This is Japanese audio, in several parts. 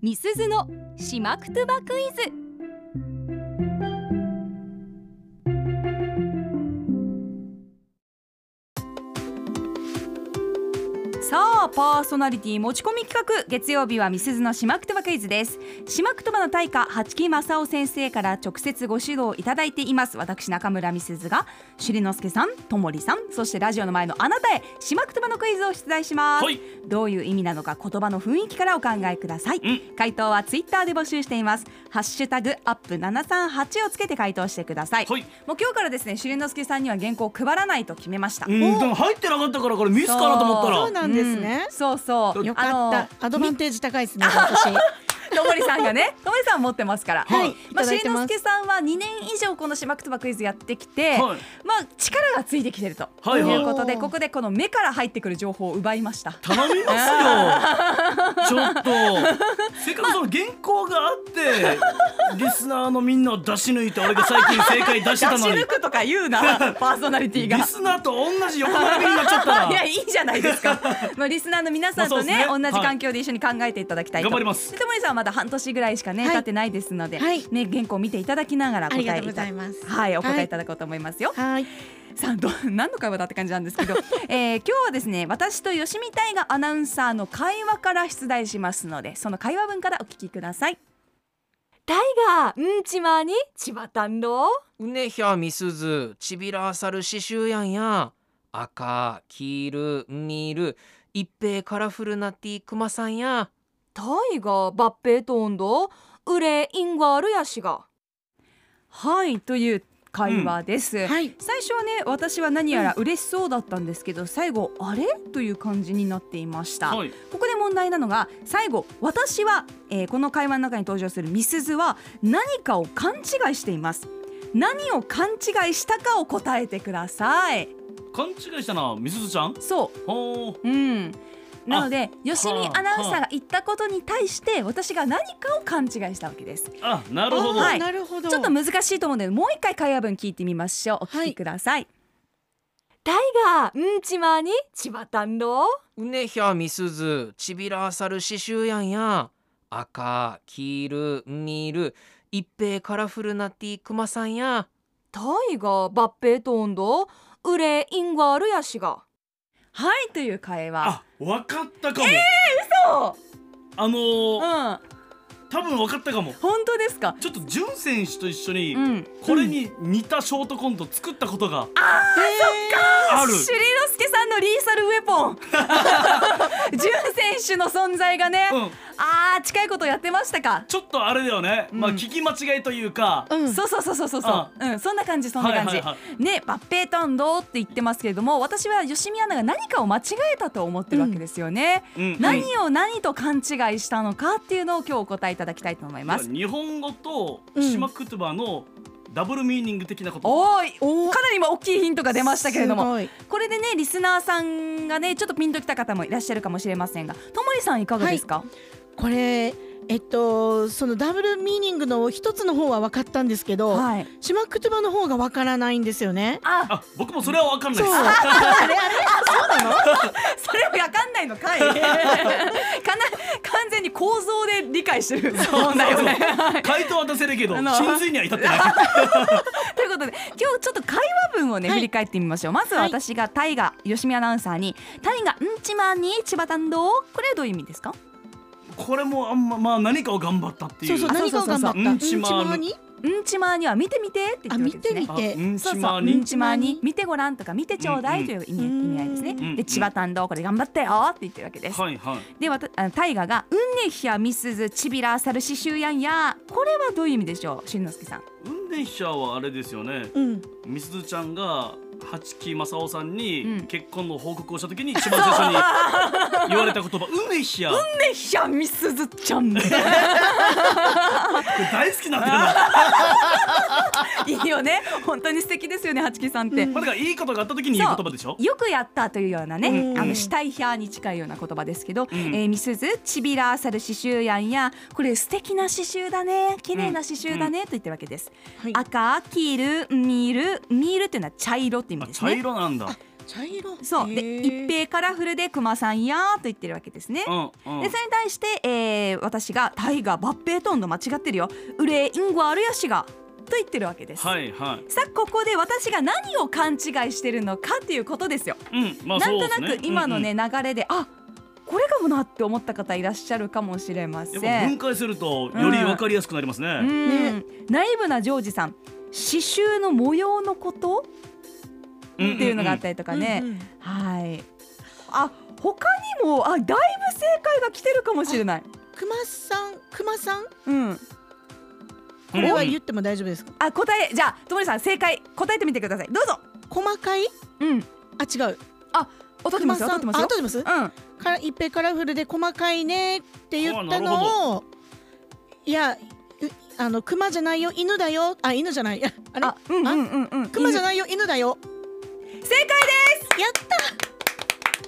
みすずのしまくとばクイズさあパーソナリティ持ち込み企画月曜日はみすずのしまくとばクイズですしまくとばの大家八木正夫先生から直接ご指導いただいています私中村みすずがしりのすけさんともりさんそしてラジオの前のあなたへしまくとばのクイズを出題します、はいどういう意味なのか言葉の雰囲気からお考えください、うん回答はツイッターで募集していますハッシュタグアップ738をつけて回答してください、はいもう今日からですねしりのすけさんには原稿を配らないと決めましたうんでも入ってなかったからこれミスかなと思ったそらそうなんですねうん、そうそうよかっあのたアドバンテージ高いです ね私ともりさんが ね、ともりさん持ってますから。はいまあ、いたしだいりてのますすけさんは2年以上このしまくとばクイズやってきて、はいまあ力がついてきてると、はいはいということでここでこの目から入ってくる情報を奪いました。頼みますよち ょっとせっかくその原稿があ ってリスナーのみんなを出し抜いて俺が最近正解出してた出しのに抜くとか言うな パーソナリティがリ。スナーと同じ横並びになっちゃった らいやいいじゃないですか。まあリスナーの皆さんとね,、まあそうですね同じ環境で一緒に考えていただきたいと。頑張りますでともりさんはまだ半年ぐらいしかね、はい経ってないですので、はいね原稿を見ていただきながら答えありがとうごいたざいますはいお答はえいいただこうと思いますよ。はいさあど何の会話だって感じなんですけど、えー、今日はですね私と吉見大がアナウンサーの会話から出題しますのでその会話文からお聞きくださいタイガーうんちまにちばたんろうねひゃみすずちびらあさるししゅうやんや赤黄色ニール一平カラフルなティクマさんやタイガーばっぺとんどうれいんがあるやしがはいという会話です、はい最初はね私は何やら嬉しそうだったんですけど最後あれという感じになっていました、はいここで問題なのが最後私は、えーこの会話の中に登場するみすずは何かを勘違いしています何を勘違いしたかを答えてください勘違いしたなみすずちゃんそうほーうん、なので吉見はあアナウンサーが言ったことに対して私が何かを勘違いしたわけですあなるほど、はいなるほどちょっと難しいと思うのでもう一回会話文聞いてみましょうお聞きください、タイガーうんちまにちばたんろうねひゃみすずちびらあさるししゅうやんや赤黄色ニール一平カラフルなティクマさんやタイガーばっぺとんどうれいんがあるやしがはいという会話あわかったかも、そうあのうんー、多分わかったかも本当ですかちょっとジュン選手と一緒に、うんこれに似たショートコント作ったことがああるシュリロスケさんのリーサルウェ ポン ジュン選手の存在がね、うんあー近いことやってましたか、ちょっとあれだよね、まあうん聞き間違いというか、うんそうそうそうそうそうそう、うん、そんな感じそんな感じ、はいはいはねバッペータンドーって言ってますけれども私は吉見アナが何かを間違えたと思ってるわけですよね、うんうん何を何と勘違いしたのかっていうのを今日お答えいただきたいと思います、日本語とうん島言葉のダブルミーニング的なこと、おーいおーかなり今大きいヒントが出ましたけれどすもごいこれでねリスナーさんがねちょっとピンときた方もいらっしゃるかもしれませんがともりさんいかがですか、これえっとそのダブルミーニングの一つの方は分かったんですけど、はいしまくとばの方が分からないんですよねああ僕もそれは分かんないそうですあれあれそれわかんないのかいかな完全に構造で理解してる問題よねはい 回答は出せるけどあの真髄には至ってないということで今日ちょっと会話文をね、はい振り返ってみましょうまずは私がタイガ吉見アナウンサーに「タイガうんちまに千葉担当」これはどういう意味ですかこれもあんま、まあ、何かを頑張ったっていうそうそあうそうそうそ何かをう頑張ったうんちまるうんにうんちまには見てみてって言あってるわ見けですねあてみ。てうんそうそう、ちまうにんちまに見てごらんとか見てちょうだいという意味,、うん意味合いですね。うんで千葉担当これ頑張ったよって言ってるわけです。はいはいでわたあタイガがうんねひゃみすずちびらさるししゅうやんやこれはどういう意味でしょうしんのすけさん。運転者はあれですよねうんみすずちゃんが八木正夫さんうんに結婚の報告をしたときに一番最初に言われた言 葉「運命ひや」こねひゃみすずちゃ ん。れ大好きなんだけどないいよね本当に素敵ですよね八木さんって。うんまあだからいいことがあったときに言う言葉でしょよくやったというようなね、うんあのシュタイヒャーに近いような言葉ですけど、うんえーみすずちびらあさる刺繍やんやこれ素敵な刺繍だね綺麗な刺繍だね、と言ってるわけです、はい赤黄色ミールミールっていうのは茶色って意味あです茶ね色なんだ茶色そうへでー一平カラフルで熊さんやーと言ってるわけですね。うんうんでそれに対して、えー私が「タイガーバッペイトンの間違ってるよウレインゴアルヤシが」と言ってるわけです。はいはいさあここで私が何を勘違いしてるのかっていうことですよ。うんまあなそんうでとすねなく今のね、うん流れであこれかもなって思った方いらっしゃるかもしれませうんやっぱ分ん。解するとより分かりやすくなりますうね、ん、ナイブなジョージさん刺繍の模様のことうんっていうのがあっんたりとかうんね。うんはい。あ、他にも、あ、だいぶ正解が来てるかもしれない。熊さん熊さんうん。うこんれは言っても大丈夫ですか、あ、答え、じゃあ、ともりさん、正解、答えてみてください。どうぞ。細かいうん。あ違う音ってま熊すよ。さん音あってますよ撮。ってますうん。から一平カラフルで細かいねって言ったあなるのをいやうあの熊じゃないよ犬だよあ犬じゃない いやあれあ、うんうんうんうん。熊じゃいないよ犬だよい。正解です。やった。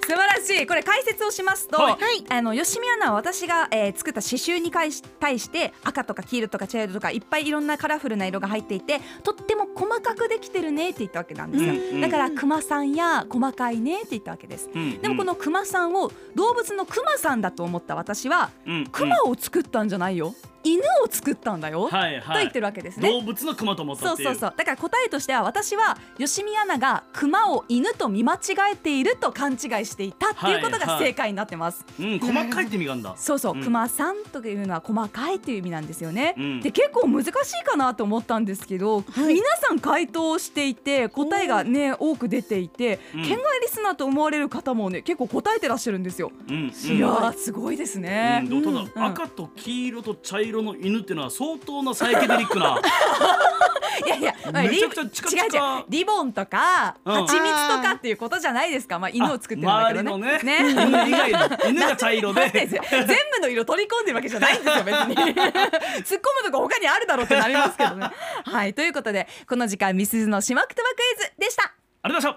素晴らしい。これ解説をしますと。はいはいあの吉見アナは私が、えー作った刺繍に対し対して赤とか黄色とか茶色とかいっぱいいろんなカラフルな色が入っていてとっても細かくできてるねって言ったわけなんですよ、うんうんだから熊さんや細かいねって言ったわけですうんうんでもこの熊さんを動物の熊さんだと思った私はうんうん熊を作ったんじゃないよ犬を作ったんだよ、はいとは言っいてるわけですね動物の熊と思ったそうっていそううそうだから答えとしては私は吉見アナが熊を犬と見間違えていると勘違いしていたっていうことはいはがい正解になってます、うん細かいって意味があるんだそうそう、うん熊さんというのは細かいという意味なんですよね、うんで結構難しいかなと思ったんですけど、はい皆さん回答していて答えがね多く出ていて、うん県外リスナーと思われる方もね結構答えてらっしゃるんですよ、うんいやーすごいですね、うん、でもうんただ赤と黄色と茶色の犬っていうのは相当なサイケデリックないやいや、まあめちゃくちゃチカチカリ違う違うリボンとか、うん蜂蜜とかっていうことじゃないですか。まあ 犬を作ってるんだけどね。あ周りのね犬以外の犬が茶色 なんていうんでですよ全部の色取り込んでるわけじゃないんですよ別に 突っ込むとこ他にあるだろうってなりますけどねはいということでこの時間ミスズのしまくとばクイズでしたあれでしょ